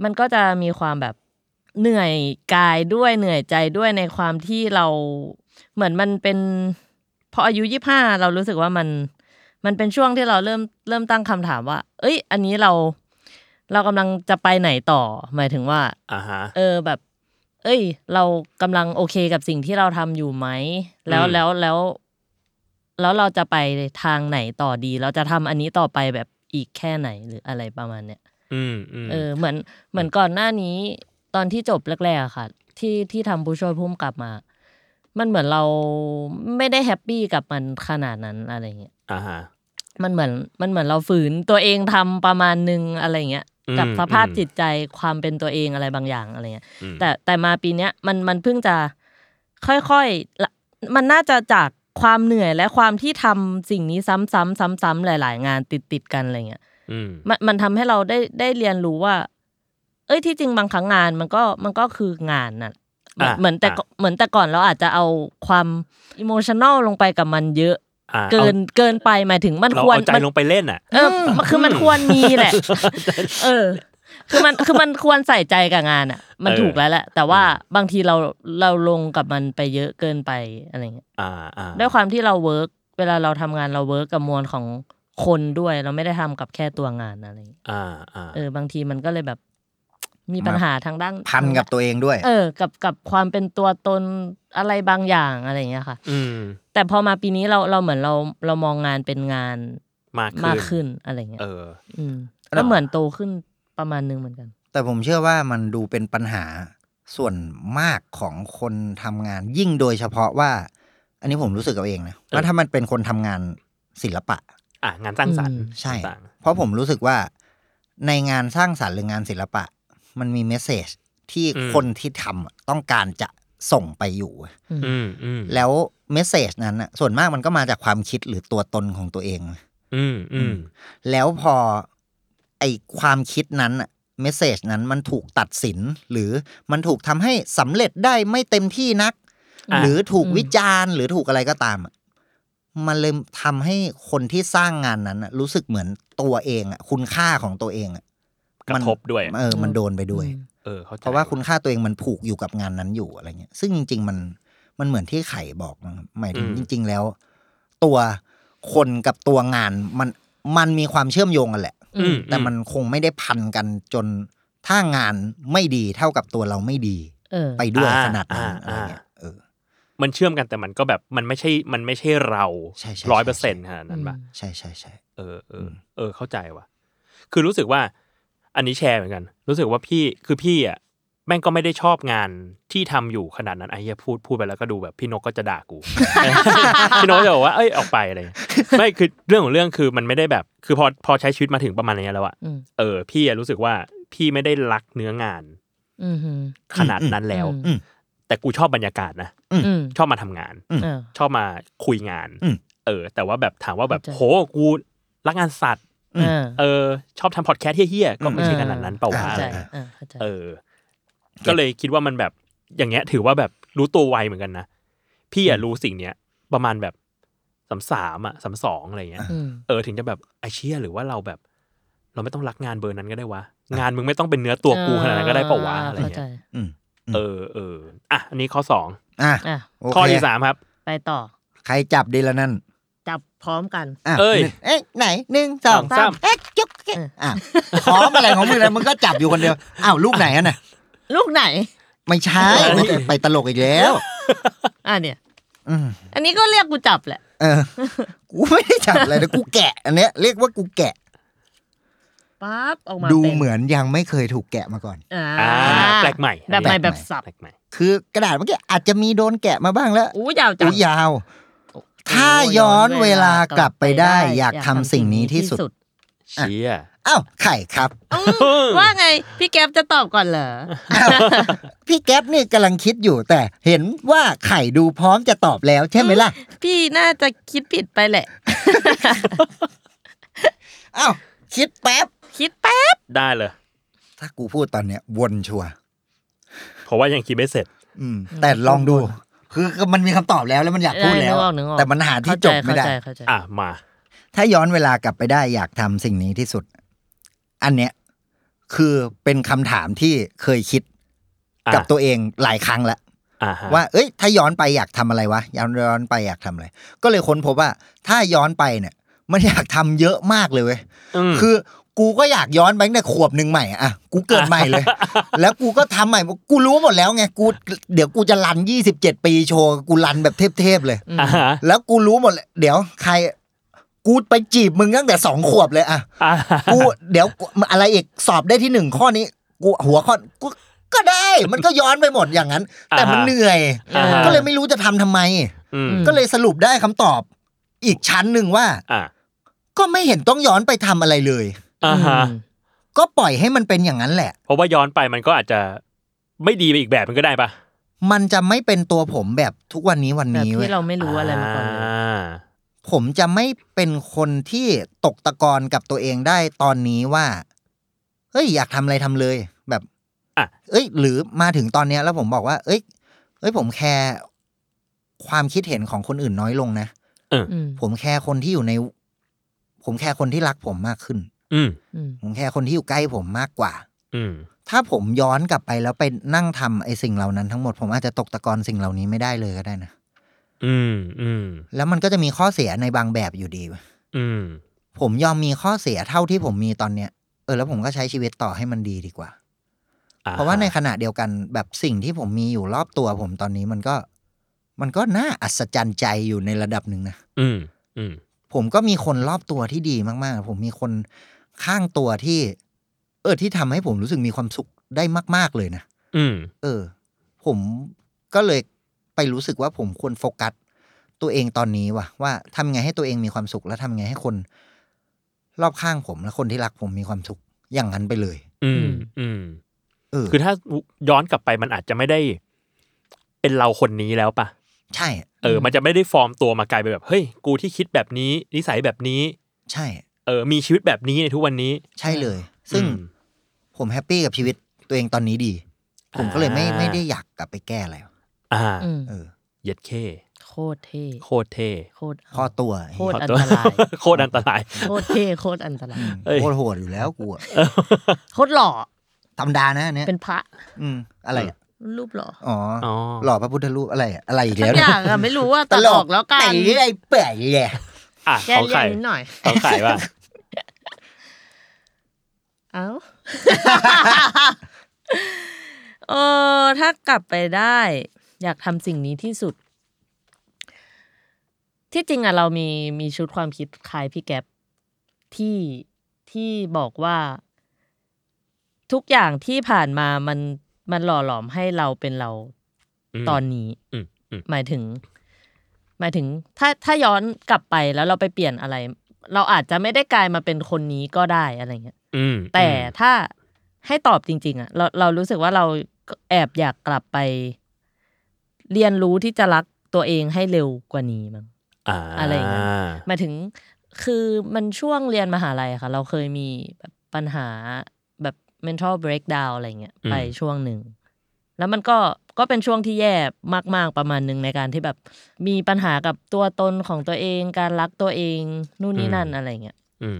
Speaker 3: มันก็จะมีความแบบเหนื่อยกายด้วยเหนื่อยใจด้วยในความที่เราเหมือนมันเป็นพออายุยี่ห้าเรารู้สึกว่ามันมันเป็นช่วงที่เราเริ่มเริ่มตั้งคำถามว่า เอ้ย อันนี้เรา เรากำลังจะไปไหนต่อ หมายถึงว่า
Speaker 2: อ่าฮะ
Speaker 3: เออแบบ เอ้ย เรากำลังโอเคกับสิ่งที่เราทำอยู่ไหมแล้ว
Speaker 2: อืม
Speaker 3: แล้วแล้ว แล้วเราจะไปทางไหนต่อดี เราจะทำอันนี้ต่อไปแบบอีกแค่ไหนหรืออะไรประมาณเนี้ย
Speaker 2: อืมอืม
Speaker 3: เออเหมือนเหมือนก่อนหน้านี้ตอนที่จบแรกๆอะค่ะ ที่ที่ทำผู้ช่วยพุ่มกลับมา มันเหมือนเราไม่ได้แฮปปี้กับมันขนาดนั้นอะไรเงี้ย
Speaker 2: อ่าฮะ
Speaker 3: มันเหมือนมันเหมือนเราฝืนตัวเองทำประมาณนึงอะไรเงี้ย
Speaker 2: อืม
Speaker 3: กับสภาพ
Speaker 2: อืม
Speaker 3: จิตใจความเป็นตัวเองอะไรบางอย่างอะไรเงี้ย
Speaker 2: อืม
Speaker 3: แต่แต่มาปีเนี้ยมันมันเพิ่งจะค่อยๆละมันน่าจะจากความเหนื่อยและความที่ทำสิ่งนี้ซ้ำๆซ้ำๆหลาย ๆ งานติดๆกันอะไรเงี้ย
Speaker 2: อืม
Speaker 3: มันมันทำให้เราได้ได้เรียนรู้ว่า เอ้ยที่จริงบางครั้งงานมันก็มันก็คืองานน่ะเหมือนะ เหมือนแต่
Speaker 2: อ่ะ
Speaker 3: ก่อนเหมือนแต่ก่อนเราอาจจะเอาความอิโมชันแนลลงไปกับมันเยอะ
Speaker 2: อ่า
Speaker 3: เกิน
Speaker 2: อา
Speaker 3: เกินไปหมายถึงมัน
Speaker 2: เรา
Speaker 3: ควร
Speaker 2: เอาใจ
Speaker 3: มัน
Speaker 2: ลงไปเล่นอ่ะ
Speaker 3: เออมันคือมันควรมีแหละ เออ คือมันคือมันควรใส่ใจกับงานอ่ะ มัน
Speaker 2: เออ
Speaker 3: ถูกแล้วแหละ แต่ว่าบางทีเราเราลงกับมันไปเยอะเกินไปอะไรเงี้ย
Speaker 2: อ่าอ่า
Speaker 3: ด้วยความที่เราเวิร์กเวลาเราทำงานเราเวิร์กกับมวลของคนด้วย เราไม่ได้ทำกับแค่ตัวงานอะไรเงี้ย
Speaker 2: อ่าอ่า
Speaker 3: เออบางทีมันก็เลยแบบ มีปัญหาทางด้าน
Speaker 4: พันกับตัวเองด้วย
Speaker 3: เออ กับกับความเป็นตัวตนอะไรบางอย่างอะไรอย่างเงี้ยค่ะ
Speaker 2: อืม
Speaker 3: แต่พอมาปีนี้เราเราเหมือนเราเรามองงานเป็นงาน
Speaker 2: มาก
Speaker 3: มาก
Speaker 2: ขึ้น
Speaker 3: ขึ้นอะไรเงี้ย
Speaker 2: เออ
Speaker 3: อืม
Speaker 4: แล้ว
Speaker 3: ก็เหมือนโตขึ้นประมาณนึงเหมือนกัน
Speaker 4: แต่ผมเชื่อว่ามันดูเป็นปัญหาส่วนมากของคนทำงาน ยิ่งโดยเฉพาะว่า อันนี้ผมรู้สึกเอาเองนะว่าถ้ามันเป็นคนทำงานศิลปะ
Speaker 2: อ่ะงานสร้างสรรค์
Speaker 3: อืม
Speaker 4: ใช่
Speaker 2: ต่าง
Speaker 4: เพราะผมรู้สึกว่าในงานสร้างสรรค์หรืองานศิลปะ มันมีเมสเซจที่คนที่ทำอะต้องการจะส่งไปอยู่
Speaker 2: ๆอืมอืม
Speaker 4: แล้วเมสเซจนั้นน่ะส่วนมากมันก็มาจากความคิดหรือตัวตนของตัวเอง
Speaker 2: อืมอืม
Speaker 4: แล้วพอไอความคิดนั้นเมสเซจนั้นมันถูกตัดสิน หรือมันถูกทำให้สำเร็จได้ไม่เต็มที่นัก
Speaker 2: ะ
Speaker 4: หรือถูก
Speaker 3: อืม
Speaker 4: วิจารณ์ หรือถูกอะไรก็ตามอะมันเลยทำให้คนที่สร้างงานนั้นอะรู้สึกเหมือนตัวเองอะคุณค่าของตัวเองอะ
Speaker 2: กระ
Speaker 4: มัน
Speaker 2: ทบด้วย
Speaker 4: เออมันโดนไปด้วย
Speaker 3: อืม
Speaker 2: เออเข้าใจ
Speaker 4: เพราะว่าคุณค่าตัวเองมันผูกอยู่กับงานนั้นอยู่อะไรเงี้ย ซึ่งจริง ๆ มันมันเหมือนที่ไข่บอกมั้งครับหมายถึงจริง ๆ แล้ว ตัวคนกับตัวงานมันมันมีความเชื่อมโยงกันแหละ
Speaker 2: อืม
Speaker 4: แต่มันคงไม่ได้พันกันจนถ้างานไม่ดีเท่ากับตัวเราไม่ดี
Speaker 3: เออ
Speaker 4: ไปด้วย
Speaker 2: อ่
Speaker 4: ขนาดนั้นอะไรเงี้ยเออ
Speaker 2: มันเชื่อมกันแต่มันก็แบบมันไม่ใช่มันไม่ใช่เรา
Speaker 4: ใช่ใช่
Speaker 2: ร้อยเปอร์
Speaker 4: ใช่
Speaker 2: เซ็นต์ขนาดนั้นปะ
Speaker 4: ใช่ใช่ใช่
Speaker 2: เออเออเออเข้าใจว่ะ คือรู้สึกว่า อันนี้แชร์เหมือนกัน รู้สึกว่าพี่คือพี่อ่ะแม่งก็ไม่ได้ชอบงานที่ทำอยู่ขนาดนั้นไอ้เหี้ยพูดพูดไปแล้วก็ดูแบบพี่นกก็จะด่ากู [laughs] พี่นกก็จะบอกว่าเอ้ยออกไปอะไรเงี้ยไม่คือเรื่องของเรื่องคือมันไม่ได้แบบ คือพอพอใช้ชีวิตมาถึงประมาณเนี้ยแล้วอะ
Speaker 3: อืม
Speaker 2: เออพี่อะรู้สึกว่าพี่ไม่ได้รักเนื้องาน
Speaker 3: อืมฮึ
Speaker 2: ขนาดนั้นแล้ว
Speaker 3: อืม
Speaker 2: แต่กูชอบบรรยากาศนะ
Speaker 3: อืม
Speaker 2: ชอบมาทำงาน
Speaker 3: เออ
Speaker 2: ชอบมาคุยงาน
Speaker 4: อืม
Speaker 2: เออ แต่ว่าแบบถามว่าแบบ
Speaker 3: เข้าใจ
Speaker 2: โหกูรักงานสัตว
Speaker 3: เออ
Speaker 2: เออชอบทำพอดแคสต์เฮี้ยๆก็ไม่ใช่ขนาดนั้นเปล่าวะ
Speaker 3: เข้า
Speaker 2: อะ
Speaker 3: ใจ
Speaker 2: ไรเงี้ย
Speaker 3: เออเข้าใจ
Speaker 2: เออ ก็เลยคิดว่ามันแบบอย่างเงี้ย ถือว่าแบบรู้ตัวไวเหมือนกันนะ พี่อะรู้สิ่งเนี้ย ประมาณแบบสามสามอะสามสองอะไรเงี้ย
Speaker 3: อืม
Speaker 2: เออถึงจะแบบไอเชี่ยหรือว่าเราแบบ เราไม่ต้องรักงานเบอร์นั้นก็ได้วะงานมึงไม่ต้องเป็นเนื้อตัวกูขนาดนั้นก็ได้เปล่าวะอะไร
Speaker 3: เข้าใจ
Speaker 2: เงี้ย
Speaker 4: อืม
Speaker 2: เออเอออ่ะอันนี้ข้อสอง
Speaker 4: อ่ะ
Speaker 3: อ่ะ
Speaker 4: โอเค
Speaker 2: ข้อที่สามครับ
Speaker 3: ไปต่อ
Speaker 4: ใครจับดีละนั่น
Speaker 3: จับพร้อมกัน
Speaker 4: อ่ะ
Speaker 2: เอ้ย
Speaker 4: หนึ่งเอ้ยไหนหนึ่งสอง
Speaker 2: สองสา
Speaker 4: สาม มเอ๊ะจุ๊บเอ๊ะอ่ะ [laughs] พร้อมอะไรของมึงเลยมึงก็จับอยู่คนเดียวอ้าวลูกไหนอ่ะน่ะ
Speaker 3: ลูกไหน
Speaker 4: ไม่ใช่ไม่ใช่ไปตลกอีกแล้ว
Speaker 3: อ่ะเนี่ย
Speaker 4: อืม
Speaker 3: อันนี้ก็เรียกกูจับแหละ
Speaker 4: เออ กูไม่ได้จับอะไรนะกูแกะ อันเนี้ยเรียกว่ากูแกะ
Speaker 3: ปั๊บออกมา
Speaker 4: ดู
Speaker 3: ป็
Speaker 4: เหมือนยังไม่เคยถูกแกะมาก่อน
Speaker 3: อ่า
Speaker 2: อ่าแปลกใหม่
Speaker 3: แบบใหม่แบบสับ
Speaker 2: แปลกใหม่
Speaker 4: คือกระดาษเมื่อกี้อาจจะมีโดนแกะมาบ้างแล้ว
Speaker 3: อู้ยาวจั
Speaker 4: อุ
Speaker 3: ง
Speaker 4: ยยาว ถ้าย้อนเวลากลับไปได้ อยากทำสิ่งนี้ที่สุด
Speaker 2: เชี่ย
Speaker 4: อ้าวไข่ครับ
Speaker 3: อืมว่าไง พี่แก๊ปจะตอบก่อนเหรอ
Speaker 4: อ้าวพี่แก๊ปนี่กำลังคิดอยู่ แต่เห็นว่าไข่ดูพร้อมจะตอบแล้วใช่ไหมล่ะ
Speaker 3: พี่น่าจะคิดผิดไปแหละ
Speaker 4: อ้าวคิดแป๊บ
Speaker 3: คิดแป๊บ
Speaker 2: ได้เลย
Speaker 4: ถ้ากูพูดตอนเนี้ยวนชัวร์
Speaker 2: เพราะว่ายังคิดไม่เสร็จ
Speaker 4: อืม แต่ลองดู คือมันมีคำตอบแล้วแล้วมันอยากพูดแล้ว
Speaker 3: เออนึกออกนึกออก
Speaker 4: แต่มันหาที่จบไม่ได้
Speaker 3: เข้าใจเข้าใจ
Speaker 2: อ่ะมา
Speaker 4: ถ้าย้อนเวลากลับไปได้อยากทำสิ่งนี้ที่สุด อันเนี้ยคือเป็นคำถามที่เคยคิด
Speaker 2: อ่ะ
Speaker 4: กับตัวเองหลายครั้งแล้ว
Speaker 2: อ่าฮะ
Speaker 4: ว่า เอ้ย ถ้าย้อนไปอยากทำอะไรวะย้อนย้อนไปอยากทำอะไร ก็เลยค้นพบว่า ถ้าย้อนไปเนี่ย มันอยากทำเยอะมากเลยเว้ย
Speaker 2: ม
Speaker 4: คือ กูก็อยากย้อนไปตั้งแต่ขวบหนึ่งใหม่อะอ่ะกูเกิดใหม่
Speaker 2: [laughs]
Speaker 4: เลย แล้วกูก็ทำใหม่กูรู้หมดแล้วไงกูเดี๋ยวกูจะรันยี่สิบเจ็ดปีโชว์กูรันแบบเทพๆเลย
Speaker 3: อืม
Speaker 2: อ่าฮะ
Speaker 4: แล้วกูรู้หมดเลยเดี๋ยวใคร กูไปจีบมึงตั้งแต่สองขวบเลยอะ
Speaker 2: อ่าฮะ
Speaker 4: กูเดี๋ยวกูอะไรอีกสอบได้ที่หนึ่งข้อนี้ กูหัวข้อกูก็ได้ มันก็ย้อนไปหมดอย่างนั้น แต่มันเหนื่อย
Speaker 2: อ่าฮะ
Speaker 4: ก็เลยไม่รู้จะทำทำไม
Speaker 2: อืม
Speaker 4: ก็เลยสรุปได้คำตอบ อีกชั้นหนึ่งว่า
Speaker 2: อ่า
Speaker 4: ก็ไม่เห็นต้องย้อนไปทำอะไรเลย
Speaker 2: อ่าฮะ
Speaker 4: ก็ปล่อยให้มันเป็นอย่างนั้นแหละ
Speaker 2: เพราะว่าย้อนไปมันก็อาจจะไม่ดีไปอีกแบบมันก็ได้ปะ
Speaker 4: มันจะไม่เป็นตัวผมแบบทุกวันนี้วัน
Speaker 3: แบบ
Speaker 4: นี้เว้ย
Speaker 3: ที่เราไม่รู้อะไรมาก่อนเลย
Speaker 2: า
Speaker 4: ผมจะไม่เป็นคนที่ตกตะกอนกับตัวเองได้ตอนนี้ว่าเฮ้ยอยากทำอะไรทำเลย แบบ
Speaker 2: อ่ะ
Speaker 4: เอ้ยหรือมาถึงตอนเนี้ยแล้วผมบอกว่า เอ้ย เอ้ยผมแคร์ความคิดเห็นของคนอื่นน้อยลงนะ
Speaker 3: อืม
Speaker 4: ผมแคร์คนที่อยู่ใน ผมแคร์คนที่รักผมมากขึ้น
Speaker 2: อืม
Speaker 3: อืม
Speaker 4: ผมแคร์คนที่อยู่ใกล้ผมมากกว่า
Speaker 2: อืม
Speaker 4: ถ้าผมย้อนกลับไปแล้วไปนั่งทำไอ้สิ่งเหล่านั้นทั้งหมดผมอาจจะตกตะกอนสิ่งเหล่านี้ไม่ได้เลยก็ได้นะ
Speaker 2: อืมอืม
Speaker 4: แล้วมันก็จะมีข้อเสียในบางแบบอยู่ดีเว้ย
Speaker 2: อืม
Speaker 4: ผมยอมมีข้อเสียเท่าที่ผมมีตอนเนี้ยเออแล้วผมก็ใช้ชีวิตต่อให้มันดีดีกว่า
Speaker 2: อ่
Speaker 4: เพราะว่าในขณะเดียวกันแบบสิ่งที่ผมมีอยู่รอบตัวผมตอนนี้มันก็ มันก็น่าอัศจรรย์ใจอยู่ในระดับหนึ่งนะ
Speaker 2: อืมอืม
Speaker 4: ผมก็มีคนรอบตัวที่ดีมากๆ ผมมีคนข้างตัวที่ เออที่ทำให้ผมรู้สึกมีความสุขได้มาก ๆ เลยนะ
Speaker 2: อืม
Speaker 4: เออ ผมก็เลยไปรู้สึกว่าผมควรโฟกัสตัวเองตอนนี้ว่ะว่าทำไงให้ตัวเองมีความสุข และทำไงให้คนรอบข้างผมและคนที่รักผมมีความสุขอย่างนั้นไปเลย
Speaker 2: อืมอืม
Speaker 4: เออ
Speaker 2: คือถ้าย้อนกลับไปมันอาจจะไม่ได้ เป็นเราคนนี้แล้วปะ
Speaker 4: ใช่
Speaker 2: เออ มันจะไม่ได้ฟอร์มตัวมากลายเป็นแบบเฮ้ยกูที่คิดแบบนี้ นิสัยแบบนี้
Speaker 4: ใช่
Speaker 2: เออมีชีวิตแบบนี้ในทุกวันนี้
Speaker 4: ใช่เลย ซึ่ง
Speaker 2: อืม
Speaker 4: ผมแฮปปี้กับชีวิตตัวเองตอนนี้ดี ผมก็เลยไม่ไม่ได้อยากกลับไปแก้อะไร
Speaker 2: อ่า
Speaker 3: อืม
Speaker 4: เออ
Speaker 2: เย็ดเค
Speaker 3: โคตรเท่
Speaker 2: โคตรเท่
Speaker 3: โคตร
Speaker 4: พอตัว
Speaker 3: โคตรอันตราย
Speaker 2: โคตรอันตราย
Speaker 3: โคตรเท่โคตรอันตราย
Speaker 2: เอ้ย
Speaker 4: โคตรโหดอยู่แล้วกูอะ
Speaker 3: โคตรหล่อ
Speaker 4: ธรรมดานะอั
Speaker 2: [laughs]
Speaker 4: นเนี่ย
Speaker 3: เป็นพระ
Speaker 4: อืมอะไรอะ
Speaker 3: รูปหล่อ
Speaker 4: อ๋อ
Speaker 2: อ๋อ
Speaker 4: หล่อพระพุทธรูปอะไรอะอะไรอีก
Speaker 3: สั
Speaker 4: แล้
Speaker 3: ก
Speaker 4: ว
Speaker 3: อ
Speaker 4: เนี่ย
Speaker 3: ย่างอะไม่รู้ว่าตัดออกแล้วกัน
Speaker 4: ตลแต่ไอ้เป๋ยแหละ
Speaker 2: อ่ะ
Speaker 3: แก้
Speaker 2: ของ
Speaker 3: เลี่ย
Speaker 2: ไข่
Speaker 3: นนิดหน่อย
Speaker 2: ของไข่ว่า
Speaker 3: เอ้า [laughs] เออถ้ากลับไปได้ อยากทำสิ่งนี้ที่สุด ที่จริงอ่ะเรามีมีชุดความคิดคล้ายพี่แก๊ปที่ที่บอกว่า ทุกอย่างที่ผ่านมามันมันหล่อหลอมให้เราเป็นเรา
Speaker 2: ม
Speaker 3: ตอนนี้
Speaker 2: อืมอืม
Speaker 3: หมายถึง หมายถึง ถ้าถ้าย้อนกลับไปแล้วเราไปเปลี่ยนอะไร เราอาจจะไม่ได้กลายมาเป็นคนนี้ก็ได้อะไรเงี้ย
Speaker 2: อืม
Speaker 3: แต่ถ้าให้ตอบจริง ๆ อ่ะ เราเรารู้สึกว่าเราแอบอยากกลับไป เรียนรู้ที่จะรักตัวเองให้เร็วกว่านี้มั้ง
Speaker 2: อา
Speaker 3: อะไรอย่างเงี้ย หมายถึงคือมันช่วงเรียนมหาลัยค่ะ เราเคยมีแบบปัญหาแบบ mental breakdown อะไรเงี้ยไปช่วงหนึ่ง แล้วมันก็ก็เป็นช่วงที่แย่มากๆประมาณหนึ่งในการที่แบบมีปัญหากับตัวตนของตัวเอง การรักตัวเองนู่นนี่นั่นอะไรเงี้ย
Speaker 2: อืม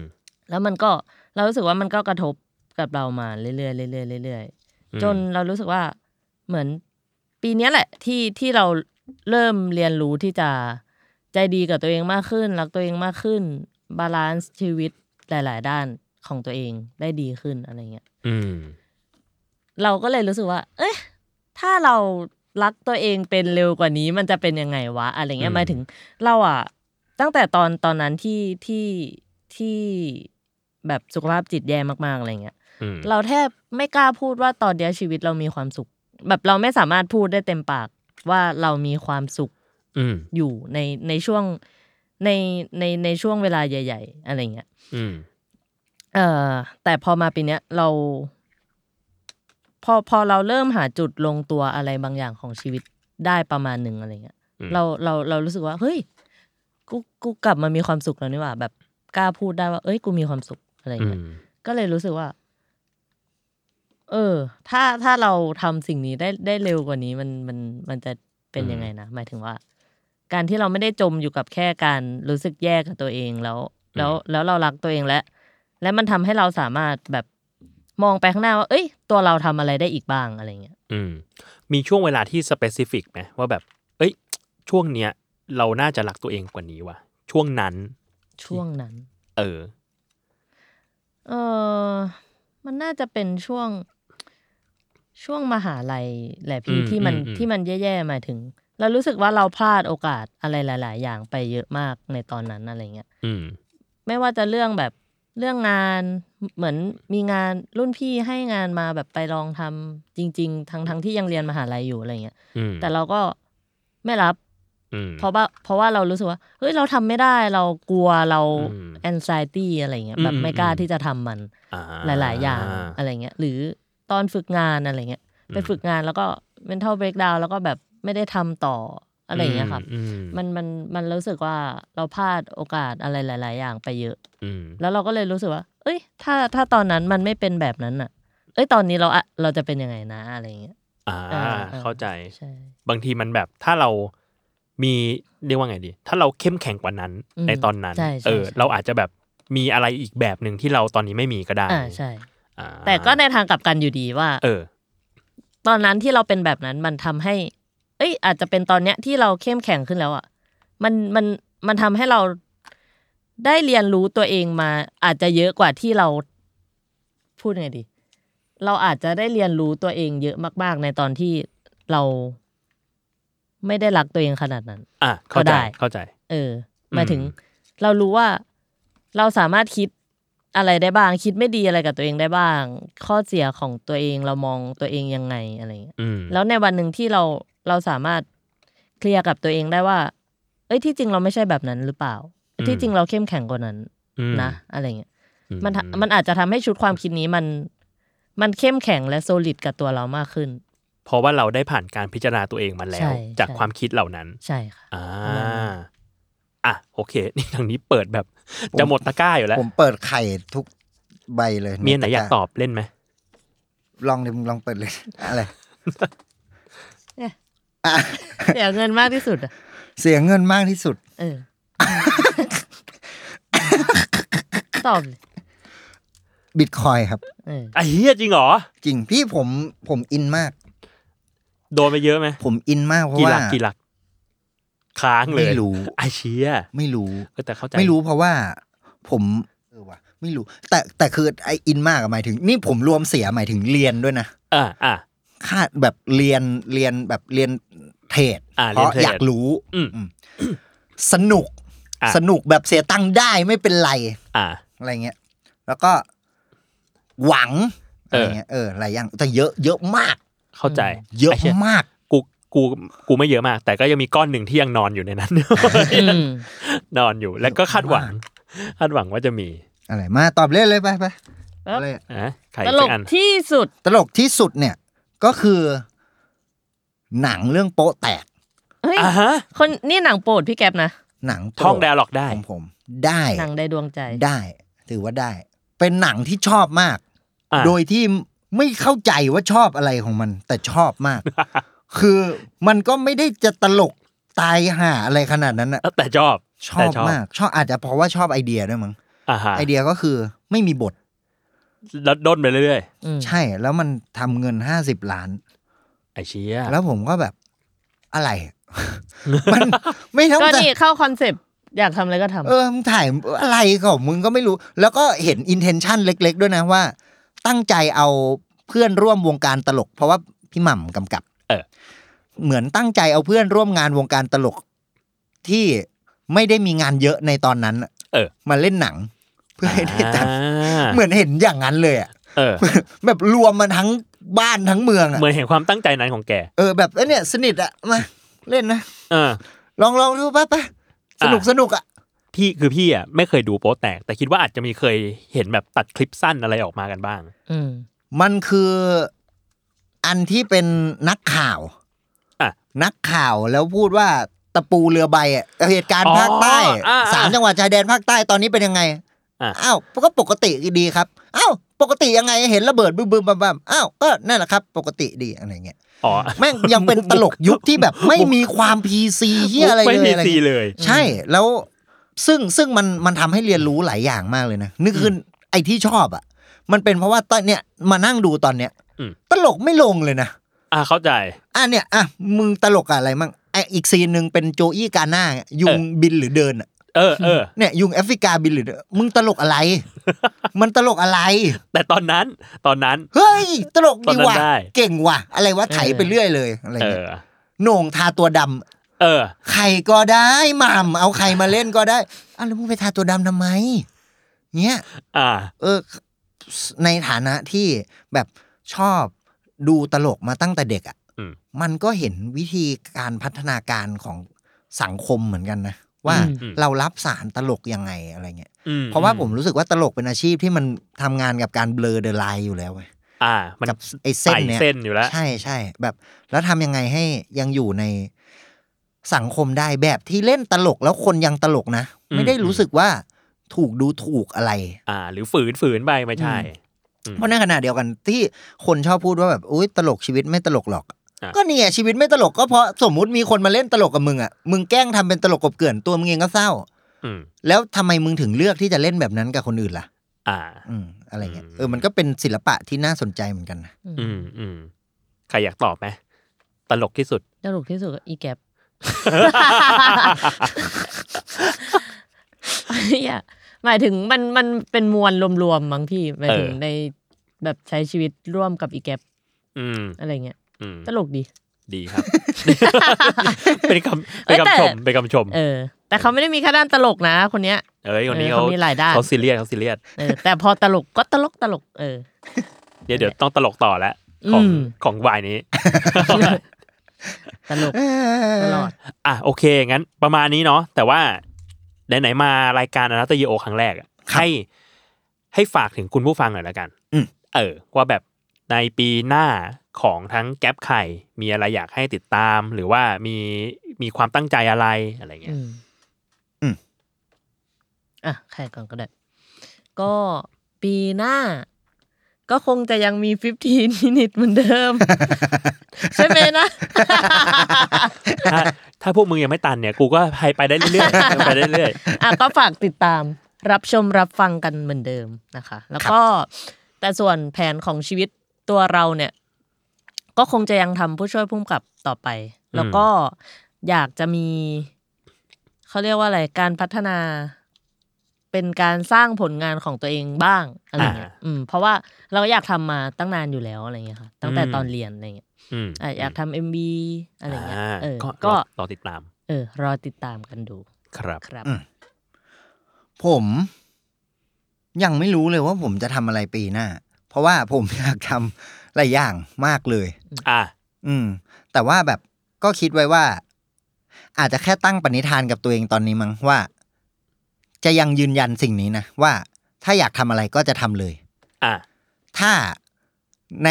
Speaker 3: แล้วมันก็เรารู้สึกว่ามันก็กระทบกับเรามาเรื่อยๆเรื่อยๆเรื่อยๆ จนเรารู้สึกว่าเหมือนปีเนี้ยแหละที่ที่เราเริ่มเรียนรู้ที่จะใจดีกับตัวเองมากขึ้น รักตัวเองมากขึ้น บาลานซ์ชีวิตหลาย ๆ ด้านของตัวเองได้ดีขึ้นอะไรเงี้ย
Speaker 2: อืม
Speaker 3: เราก็เลยรู้สึกว่า เอ๊ะถ้าเรารักตัวเองเป็นเร็วกว่านี้มันจะเป็นยังไงวะอะไรเงี้ยหมายถึงเราอะตั้งแต่ตอนตอนนั้นที่ที่ที่แบบสุขภาพจิตแย่มาก ๆอะไรเงี้ย
Speaker 2: อืม
Speaker 3: เราแทบไม่กล้าพูดว่าตอนเดียวชีวิตเรามีความสุข แบบเราไม่สามารถพูดได้เต็มปากว่าเรามีความสุข
Speaker 2: อืม
Speaker 3: อยู่ในในช่วงในในในช่วงเวลาใหญ่ ๆ อะไรเงี้ย
Speaker 2: อืม
Speaker 3: เอ่อแต่พอมาปีเนี้ยเรา พอพอเราเริ่มหาจุดลงตัวอะไรบางอย่างของชีวิตได้ประมาณหนึ่งอะไรเงี้ย เราเราเรารู้สึกว่า เฮ้ยกูกูกลับมามีความสุขแล้วนี่หว่า แบบกล้าพูดได้ว่า เอ้ยกูมีความสุขอะไร
Speaker 2: อื
Speaker 3: เงี้ย
Speaker 2: ม
Speaker 3: ก็เลยรู้สึกว่า เออ ถ้าถ้าเราทำสิ่งนี้ได้ได้เร็วกว่านี้มันมันมันจะเป็นยังไงนะหมายถึงว่า การที่เราไม่ได้จมอยู่กับแค่การรู้สึกแย่กับตัวเองแล้ว แล้วแล้วเรารักตัวเองและ และมันทำให้เราสามารถแบบมองไปข้างหน้าว่า เอ้ย ตัวเราทำอะไรได้อีกบ้างอะไรเงี้ย
Speaker 2: อืมมีช่วงเวลาที่สเปซิฟิกไหมว่าแบบ เอ้ย ช่วงเนี้ย เราน่าจะรักตัวเองกว่านี้ว่ะ ช่วงนั้น
Speaker 3: ช่วงนั้น
Speaker 2: เออ
Speaker 3: เออมันน่าจะเป็นช่วงช่วงมหาลัยแหละพี่
Speaker 2: อืม
Speaker 3: ที่มัน
Speaker 2: อืมอืม
Speaker 3: ที่มันแย่ๆหมายถึง เรารู้สึกว่าเราพลาดโอกาสอะไรหลาย ๆ อย่างไปเยอะมากในตอนนั้นอะไรเงี้ย
Speaker 2: อืม
Speaker 3: ไม่ว่าจะเรื่องแบบเรื่องงานเหมือนมีงานรุ่นพี่ให้งานมาแบบไปลองทำจริง ๆ ทั้งทั้งที่ยังเรียนมหาลัยอยู่อะไรเงี้ย
Speaker 2: อืม
Speaker 3: แต่เราก็ไม่รับ
Speaker 2: อืม
Speaker 3: เพราะว่าเพราะว่าเรารู้สึกว่าเฮ้ยเราทำไม่ได้เรากลัวเรา
Speaker 2: อืม
Speaker 3: แอนไซตี้อะไรเงี้ยแบบ
Speaker 2: อืม
Speaker 3: ไม่กล้า
Speaker 2: อืม
Speaker 3: ที่จะทำมัน
Speaker 2: อ่
Speaker 3: หลาย ๆ อย่างอะไรเงี้ย หรือตอนฝึกงานอะไรเงี้ยไปฝึกงานแล้วก็ mental breakdown แล้วก็แบบไม่ได้ทำต่ออะไรเงี้ยครับ
Speaker 2: อืม
Speaker 3: มันมันมันรู้สึกว่าเราพลาดโอกาสอะไรหลาย ๆ อย่างไปเยอะ
Speaker 2: อืม
Speaker 3: แล้วเราก็เลยรู้สึกว่า เอ้ย ถ้าถ้าตอนนั้นมันไม่เป็นแบบนั้นอ่ะ เอ้ยตอนนี้เราอะเราจะเป็นยังไงนะอะไรเงี้ย
Speaker 2: อ่า
Speaker 3: อ่
Speaker 2: เข้าใจ
Speaker 3: ใช่
Speaker 2: บางทีมันแบบถ้าเรามีเรียกว่าไงดี ถ้าเราเข้มแข็งกว่านั้น
Speaker 3: ม
Speaker 2: ในตอนนั้น
Speaker 3: ใช่ใช่
Speaker 2: เออ
Speaker 3: ใช่
Speaker 2: เราอาจจะแบบมีอะไรอีกแบบหนึ่งที่เราตอนนี้ไม่มีก็ได้
Speaker 3: อ่าใช่
Speaker 2: อ่า
Speaker 3: แต่ก็ในทางกลับกันอยู่ดีว่า
Speaker 2: เออ
Speaker 3: ตอนนั้นที่เราเป็นแบบนั้นมันทำให้ เอ้ย อาจจะเป็นตอนเนี้ยที่เราเข้มแข็งขึ้นแล้วอ่ะ มันมันมันทำให้เราได้เรียนรู้ตัวเองมา อาจจะเยอะกว่าที่เราพูดยังไงดี เราอาจจะได้เรียนรู้ตัวเองเยอะมาก ๆ ในตอนที่เราไม่ได้รักตัวเองขนาดนั้น
Speaker 2: อ่ะเข้าใจ
Speaker 3: ก็ได้
Speaker 2: เข้าใจ
Speaker 3: เออหมายถึง
Speaker 2: อืม
Speaker 3: เรารู้ว่าเราสามารถคิดอะไรได้บ้าง คิดไม่ดีอะไรกับตัวเองได้บ้าง ข้อเสียของตัวเองเรามองตัวเองยังไงอะไรอย่างเงี้ย
Speaker 2: อืม
Speaker 3: แล้วในวันหนึ่งที่เราเราสามารถเคลียร์กับตัวเองได้ว่า เอ้ยที่จริงเราไม่ใช่แบบนั้นหรือเปล่า ที่จริงเราเข้มแข็งกว่านั้น
Speaker 2: อืม
Speaker 3: นะอะไรเงี้ย
Speaker 2: อื
Speaker 3: มันทำมันอาจจะทำให้ชุดความคิดนี้มัน มันเข้มแข็งและโซลิดกับตัวเรามากขึ้น
Speaker 2: เพราะว่าเราได้ผ่านการพิจารณาตัวเองมาแล้
Speaker 3: ใช่
Speaker 2: ว จาก
Speaker 3: ใช่
Speaker 2: ความคิดเหล่านั้น
Speaker 3: ใช่
Speaker 2: [laughs]
Speaker 3: ค่ะ
Speaker 2: อ่า
Speaker 3: ประมาณนั้น
Speaker 2: อ่ะโอเค [laughs] นี่ทางนี้เปิดแบบ จะหมดตะกร้าอยู่แล้ว
Speaker 4: ผมเปิดไข่ทุกใบเลย
Speaker 2: มีอันไหนอยาก
Speaker 4: ใะร้
Speaker 2: ตอบเล่นไหม
Speaker 4: ลองดิมึงลองเปิดเลย [laughs] อะไร
Speaker 3: เสียเงินมากที่สุดอะ
Speaker 4: เสียเงินมากที่สุด
Speaker 3: เออ ตอบเลย
Speaker 4: บิตคอยครับ
Speaker 3: เออ
Speaker 2: ไอ้เหี้ยจริงเหรอ
Speaker 4: จริงพี่ผมผมอินมาก
Speaker 2: โดนไปเยอะไหม
Speaker 4: ผมอินมากเพราะ
Speaker 2: กี่ห
Speaker 4: ว่า
Speaker 2: ลักกี่หลัก ค้างเลย
Speaker 4: ไม่รู้
Speaker 2: ไอ้เชี่ย
Speaker 4: ไม่รู้
Speaker 2: เออแต่เข้าใจ
Speaker 4: ไม่รู้เพราะว่า ผมเออว่ะไม่รู้ แต่แต่คือไออินมากอะหมายถึง นี่ผมรวมเสียหมายถึงเรียนด้วยนะ
Speaker 2: อ่าอ่า
Speaker 4: คาดแบบเรียนเรียนแบบเรียนเทรด
Speaker 2: อ่า
Speaker 4: เพราะ
Speaker 2: เรียนเทรด
Speaker 4: อยากรู้
Speaker 2: อืม
Speaker 4: อืม สนุก
Speaker 2: อ่ะ
Speaker 4: สนุกแบบเสียตังค์ได้ไม่เป็นไร
Speaker 2: อ่า
Speaker 4: อะไรเงี้ย แล้วก็หวัง
Speaker 2: เอออ
Speaker 4: อะไรเงี้ย เออ หลายอย่าง แต่เยอะ เยอะมาก
Speaker 2: เข้าใจ
Speaker 4: เยอะ
Speaker 2: ไชี่
Speaker 4: มาก
Speaker 2: กูกูกูไม่เยอะมาก แต่ก็ยังมีก้อนหนึ่งที่ยังนอนอยู่ในนั้น [laughs]
Speaker 3: อืม
Speaker 2: นอนอยู่ และก็คาดหวัง คาดหวังว่าจะมี
Speaker 4: อะไร มาตอบเล่นเลยไปไปอะไรอะ
Speaker 2: อ่ะใคร
Speaker 3: ตล
Speaker 2: สั
Speaker 3: ก
Speaker 2: กอัน
Speaker 3: ที่สุด
Speaker 4: ตลกที่สุดเนี่ย ก็คือ หนังเรื่องโป๊ะแตก
Speaker 3: เฮ้ย
Speaker 2: อ่ะฮะ
Speaker 3: คนนี่หนังโปรดพี่แก๊ปนะ
Speaker 4: หนังโปร
Speaker 2: ท่องแดร์ล็อกได้
Speaker 4: ของผม ได้
Speaker 3: หนังได้ดวงใจ
Speaker 4: ได้ ถือว่าได้ เป็นหนังที่ชอบมาก
Speaker 2: อ่ะ
Speaker 4: โดยที่ไม่เข้าใจว่าชอบอะไรของมัน แต่ชอบมาก [laughs] คือมันก็ไม่ได้จะตลกตายห่าอะไรขนาดนั้นอะ
Speaker 2: แต่ชอบ
Speaker 4: ชอ
Speaker 2: แต่
Speaker 4: บมาก ชอบอาจจะเพราะว่าชอบไอเดียด้วยมั้ง
Speaker 2: อ่าฮะ
Speaker 4: ไอเดียก็คือไม่มีบท
Speaker 2: แล้วด้นไปเรื่อย
Speaker 3: อืม
Speaker 4: ใช่ แล้วมันทำเงินห้าสิบล้าน
Speaker 2: ๆไอเชีย
Speaker 4: แล้วผมก็แบบ
Speaker 2: [laughs]
Speaker 4: อะไร มันไม่ต้อง
Speaker 3: ก็
Speaker 4: แต่
Speaker 3: นี่เข้าคอนเซปต์อยากทำอะไรก็ทำ
Speaker 4: เออมึงถ่ายอะไรของมึงก็ไม่รู้ แล้วก็เห็นอินเทนชันเล็ก ๆ ด้วยนะว่า ตั้งใจเอาเพื่อนร่วมวงการตลก เพราะว่าพี่หม่ำกำกับ
Speaker 2: เออ
Speaker 4: เหมือนตั้งใจเอาเพื่อนร่วมงานวงการตลก ที่ไม่ได้มีงานเยอะในตอนนั้นอะ
Speaker 2: เออ
Speaker 4: มาเล่นหนัง เพื่อให้ได้ตังค์เห
Speaker 2: เหมื
Speaker 4: มื
Speaker 2: อน
Speaker 4: อนเห็นอย่างนั้นเลยอะ
Speaker 2: เออ
Speaker 4: แบบรวมมันทั้งบ้านทั้งเมืองอะ
Speaker 2: เหมือนเห็นความตั้งใจนั้นของแก
Speaker 4: เออแบบเอ้ยเนี่ย สนิทอะมาเล่นนะ
Speaker 2: เออ
Speaker 4: ลองลองดูป่ะป่ะสนุก
Speaker 2: อ่ะ
Speaker 4: สนุกอะ
Speaker 2: พี่คือพี่อ่ะไม่เคยดูโป๊แตก แต่คิดว่าอาจจะมีเคยเห็นแบบตัดคลิปสั้นอะไรออกมากันบ้าง
Speaker 3: อืม
Speaker 4: มันคืออันที่เป็นนักข่าว
Speaker 2: อ่ะ
Speaker 4: นักข่าวแล้วพูดว่าตะปูเรือใบอะเหตุการณ์ภาคใต้
Speaker 2: อ๋ออ่ะอ่ะ
Speaker 4: สามจังหวัดชายแดนภาคใต้ตอนนี้เป็นยังไง
Speaker 2: อ่ะ
Speaker 4: อ้าวก็ปกติดีครับอ้าวปกติยังไงเห็นระเบิดบึ้มบึ้มบัมบัมอ้าวก็นั่นแหละครับ ปกติดีอะไรเงี้ย
Speaker 2: อ๋อ
Speaker 4: แม่งยังเป็นตลกยุคที่แบบไม่มีความพีซีเฮียอะไรเลย
Speaker 2: ไม่มี
Speaker 4: อะไร
Speaker 2: ซี
Speaker 4: เงี้ย
Speaker 2: เลย
Speaker 4: ใช่แล้วซึ่งซึ่งมันมันทำให้เรียนรู้หลายอย่างมากเลยนะนึกขึ้นไอ้ที่ชอบอ่ะ มันเป็นเพราะว่าตอนเนี้ยมานั่งดูตอนเนี้ย
Speaker 2: อืม
Speaker 4: ตลกไม่ลงเลยนะ
Speaker 2: อ่าเข้าใจ
Speaker 4: อ่ะเนี่ยอ่ะมึงตลกกับอะไรมั่งไออีกซีนหนึ่งเป็นโจอี้กาหน้ายุงบินหรือเดินอะ
Speaker 2: เออเออ
Speaker 4: เนี่ยยุงแอฟริกาบินหรือเดินมึงตลกอะไร
Speaker 2: [laughs]
Speaker 4: มันตลกอะไร
Speaker 2: แต่ตอนนั้นตอนนั้น
Speaker 4: เฮ้ย ตลกดี
Speaker 2: ตอ
Speaker 4: ว่ะ
Speaker 2: นนั้นได้
Speaker 4: เก่งว่ะอะไรวะไถไปเรื่อยเลยอะไร
Speaker 2: เอ
Speaker 4: เงี้ย
Speaker 2: อ
Speaker 4: โหน่งทาตัวดำ
Speaker 2: เออ
Speaker 4: ใครก็ได้หม่ำเอาใครมาเล่นก็ได้อ้าวแล้วมึงไปทาตัวดำทำไม เนี้ย
Speaker 2: อ่า
Speaker 4: เออ ในฐานะที่แบบชอบดูตลกมาตั้งแต่เด็กอะ่ะ
Speaker 2: อืม
Speaker 4: มันก็เห็นวิธีการพัฒนาการของสังคมเหมือนกันนะ ว่า
Speaker 2: อืมอืม
Speaker 4: เรารับสารตลกยังไงอะไรเงี้ย
Speaker 2: อื
Speaker 4: เพราะว่าผมรู้สึกว่าตลกเป็นอาชีพที่มันทำงานกับการเบลอเดอะไลน์อยู่แล้วเว้ย
Speaker 2: อ่า มัน
Speaker 4: กับไอ้เส้น
Speaker 2: ใส่
Speaker 4: เนี่ย
Speaker 2: เส้นอยู่แล้ว
Speaker 4: ใช่ใช่แบบแล้วทำยังไงให้ยังอยู่ในสังคมได้แบบที่เล่นตลกแล้วคนยังตลกนะ
Speaker 2: อืม
Speaker 4: ไม่ได้รู้สึกว่าถูกดูถูกอะไร
Speaker 2: อ่า หรือฝืนฝืนไปไม่ใช่ อืม
Speaker 4: เพราะในขณะเดียวกันที่คนชอบพูดว่าแบบอุ้ยตลกชีวิตไม่ตลกหรอก
Speaker 2: อ่ะ
Speaker 4: ก็เนี่ยชีวิตไม่ตลกก็เพราะสมมุติมีคนมาเล่นตลกกับมึงอ่ะมึงแกล้งทำเป็นตลกกบเกลื่อนตัวมึงเองก็เศร้า
Speaker 2: อืม
Speaker 4: แล้วทำไมมึงถึงเลือกที่จะเล่นแบบนั้นกับคนอื่นล่ะ
Speaker 2: อ่า
Speaker 4: อืมอะไรเงี้ย
Speaker 2: อืม
Speaker 4: เออมันก็เป็นศิลปะที่น่าสนใจเหมือนกันนะ
Speaker 2: อืมอืมใครอยากตอบไหมตลกที่สุด
Speaker 3: ตลกที่สุดก็อีแก๊ป
Speaker 2: [laughs]
Speaker 3: เหี้ยหมายถึงมันมันเป็นมวลรวมๆมั้งพี่หมายถึง
Speaker 2: เออ
Speaker 3: ในแบบใช้ชีวิตร่วมกับอีแก๊ป
Speaker 2: อืม
Speaker 3: อะไรเงี้ย
Speaker 2: อืม
Speaker 3: ตลกดี
Speaker 2: ดีครับ เป็นคำเป็น
Speaker 3: เอ้ยแต่
Speaker 2: คำชมเป็นคำชม
Speaker 3: เออ แต่เขาไม่ได้มีแค่ด้านตลกนะ คนเนี้ย
Speaker 2: เอ้ยคนนี้
Speaker 3: เออ
Speaker 2: เขา
Speaker 3: เขามีหลายด้าน
Speaker 2: เขาซีเรียสเขาซีเรียส
Speaker 3: เออแต่พอตลกก็ตลกตลก
Speaker 2: [laughs]
Speaker 3: เออ
Speaker 2: เดี๋ยวเดี๋ยวต้องตลกต่อแล้วของ
Speaker 3: อืม
Speaker 2: ของวายนี้
Speaker 3: ตลกตลอด
Speaker 2: อ่ะโอเค งั้นประมาณนี้เนาะแต่ว่าไหนๆมารายการอนาตเยโอครั้งแรกอะให้ให้ฝากถึงคุณผู้ฟังหน่อยละกัน
Speaker 4: อืม
Speaker 2: เออ ว่าแบบในปีหน้าของทั้งแก๊ปไข่ มีอะไรอยากให้ติดตาม หรือว่ามีมีความตั้งใจอะไรอะไรเงี้
Speaker 3: อื
Speaker 2: ย
Speaker 3: ม
Speaker 4: อืม
Speaker 3: อ่ะใครก่อนก็ได้ ก็ปีหน้า ก็คงจะยังมี 15 มินิทเหมือนเดิ
Speaker 4: [laughs]
Speaker 3: ม ใช่ไหมนะ
Speaker 2: ถ้าถ้าพวกมึงยังไม่ตันเนี่ย กูก็ไปไปได้เรื่อยๆ ไปได้เรื่อย
Speaker 3: อ่ะก็ฝากติดตามรับชมรับฟังกันเหมือนเดิมนะคะ แล้วก็แต่ส่วนแผนของชีวิตตัวเราเนี่ย ก็คงจะยังทำผู้ช่วยผู้กำกับต่อไป แล้วก็อยากจะมีเขาเรียกว่าอะไรการพัฒนา เป็นการสร้างผลงานของตัวเองบ้างอะไรเงี้ยอืม เพราะว่าเราอยากทำมาตั้งนานอยู่แล้วอะไรเงี้ยค่ะตั้งแต่ตอนเรียนอะไรเงี้ย
Speaker 2: ๆอืม
Speaker 3: อ่ะอยากทำเอ็มบีอะไรเงี้ย
Speaker 2: า
Speaker 3: เออ
Speaker 2: ก็
Speaker 3: ก็
Speaker 2: รอติดตาม
Speaker 3: เออรอติดตามกันดู
Speaker 2: ครับ
Speaker 3: ครับ
Speaker 4: อืม ผมยังไม่รู้เลยว่าผมจะทำอะไรปีหน้า เพราะว่าผมอยากทำหลายอย่างมากเลย
Speaker 2: อ่ะ
Speaker 4: อืม แต่ว่าแบบก็คิดไว้ว่า อาจจะแค่ตั้งปณิธานกับตัวเองตอนนี้มั้งว่า จะยังยืนยันสิ่งนี้นะ ว่าถ้าอยากทำอะไรก็จะทำเลย
Speaker 2: อ่ะ
Speaker 4: ถ้าใน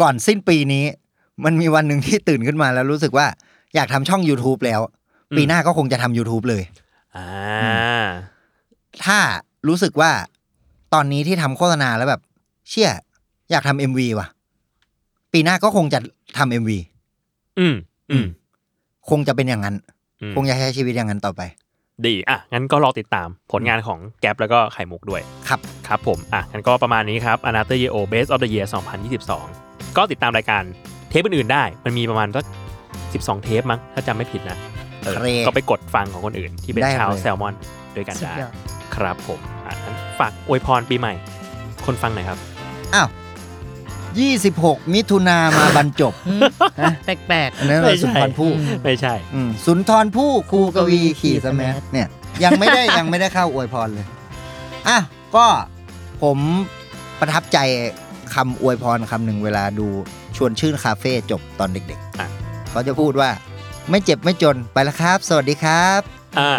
Speaker 4: ก่อนสิ้นปีนี้ มันมีวันหนึ่งที่ตื่นขึ้นมาแล้วรู้สึกว่า อยากทำช่อง YouTube แล้ว ปีหน้าก็คงจะทำ YouTube เลย
Speaker 2: อ่า
Speaker 4: ถ้ารู้สึกว่าตอนนี้ที่ทำโฆษณาแล้วแบบ เชี่ย อยากทำเอ็มวีว่ะ ปีหน้าก็คงจะทำเอ็มวี
Speaker 2: อืมอืม
Speaker 4: คงจะเป็นอย่างนั้น
Speaker 2: อืม
Speaker 4: คงจะใช้ชีวิตอย่างนั้นต่อไป
Speaker 2: ดีอ่ะงั้นก็รอติดตามผลงานของแก๊ปแล้วก็ไข่มุกด้วย
Speaker 4: ครับ
Speaker 2: ครับผม อ่ะงั้นก็ประมาณนี้ครับ a n a t h e r Yeo Base of the Year 2022 ก็ติดตามรายการเทปอื่นๆได้ มันมีประมาณสัก12 เทปมั้ง ถ้าจำไม่ผิดนะเออ
Speaker 4: ครับ
Speaker 2: ก็ไปกดฟังของคนอื่นที่เป็น
Speaker 4: ได้
Speaker 2: ชาว
Speaker 4: เลย
Speaker 2: แซลมอนด้วยกัน
Speaker 3: สุด
Speaker 2: ได้
Speaker 3: ยอด
Speaker 2: ครับผม อ่ะงั้นฝากอวยพรปีใหม่ คนฟังห
Speaker 3: [laughs]
Speaker 2: น่อยครับ
Speaker 4: อ้าว 26 มิถุนามาบรรจบ
Speaker 3: อืม
Speaker 4: ฮะ
Speaker 3: แปลก
Speaker 4: อันนั้น
Speaker 2: ไม่
Speaker 4: เรา
Speaker 2: ใช่
Speaker 4: สุนทรภู่
Speaker 3: อืม
Speaker 2: ไม่ใช่
Speaker 4: อืมสุนทรภู่ครูกวีขี่สแมัเนี่ย ยังไม่ได้ ยังไม่ได้เข้าอวยพรเลยอ่ะก็ผมประทับใจคำอวยพรคำหนึ่งเวลาดูชวนชื่นคาเฟ่จบตอนเด็ก
Speaker 2: อ่ะ
Speaker 4: ๆเขาจะพูดว่าไม่เจ็บไม่จนไปแล้วครับ สวัสดีครับ
Speaker 2: อ่า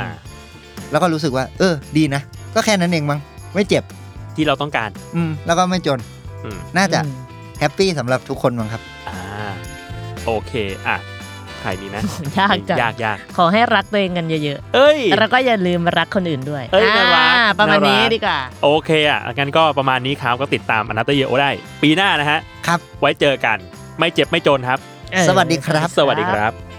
Speaker 4: แล้วก็รู้สึกว่า เออ ดีนะ ก็แค่นั้นเองมั้งไม่เจ็บ
Speaker 2: ที่เราต้องการ
Speaker 4: อืม แล้วก็ไม่จน
Speaker 2: อืม
Speaker 4: น่าจะ
Speaker 3: อืม
Speaker 4: แฮปปี้สำหรับทุกคนมั้งครับ
Speaker 2: อ่า โอเค อ่ะถ่ายมีไหม
Speaker 3: ๆยากจัง
Speaker 2: ยากยาก
Speaker 3: ขอให้รักตัวเองกันเยอะ
Speaker 2: เอ้ย
Speaker 3: ๆ แล้วก็อย่าลืมรักคนอื่นด้วย
Speaker 2: เอ้ยน่ารัก
Speaker 3: อ่ประมาณนี้
Speaker 2: น่ารัก
Speaker 3: ดีกว่า
Speaker 2: โอเคอ่ะงั้นก็ประมาณนี้ครับก็ติดตามอนาตเยโอได้ ปีหน้านะฮะ
Speaker 4: ครับ
Speaker 2: ไว้เจอกัน ไม่เจ็บไม่จนครับ
Speaker 4: สวัสดีครับ
Speaker 2: สวัสดีครับ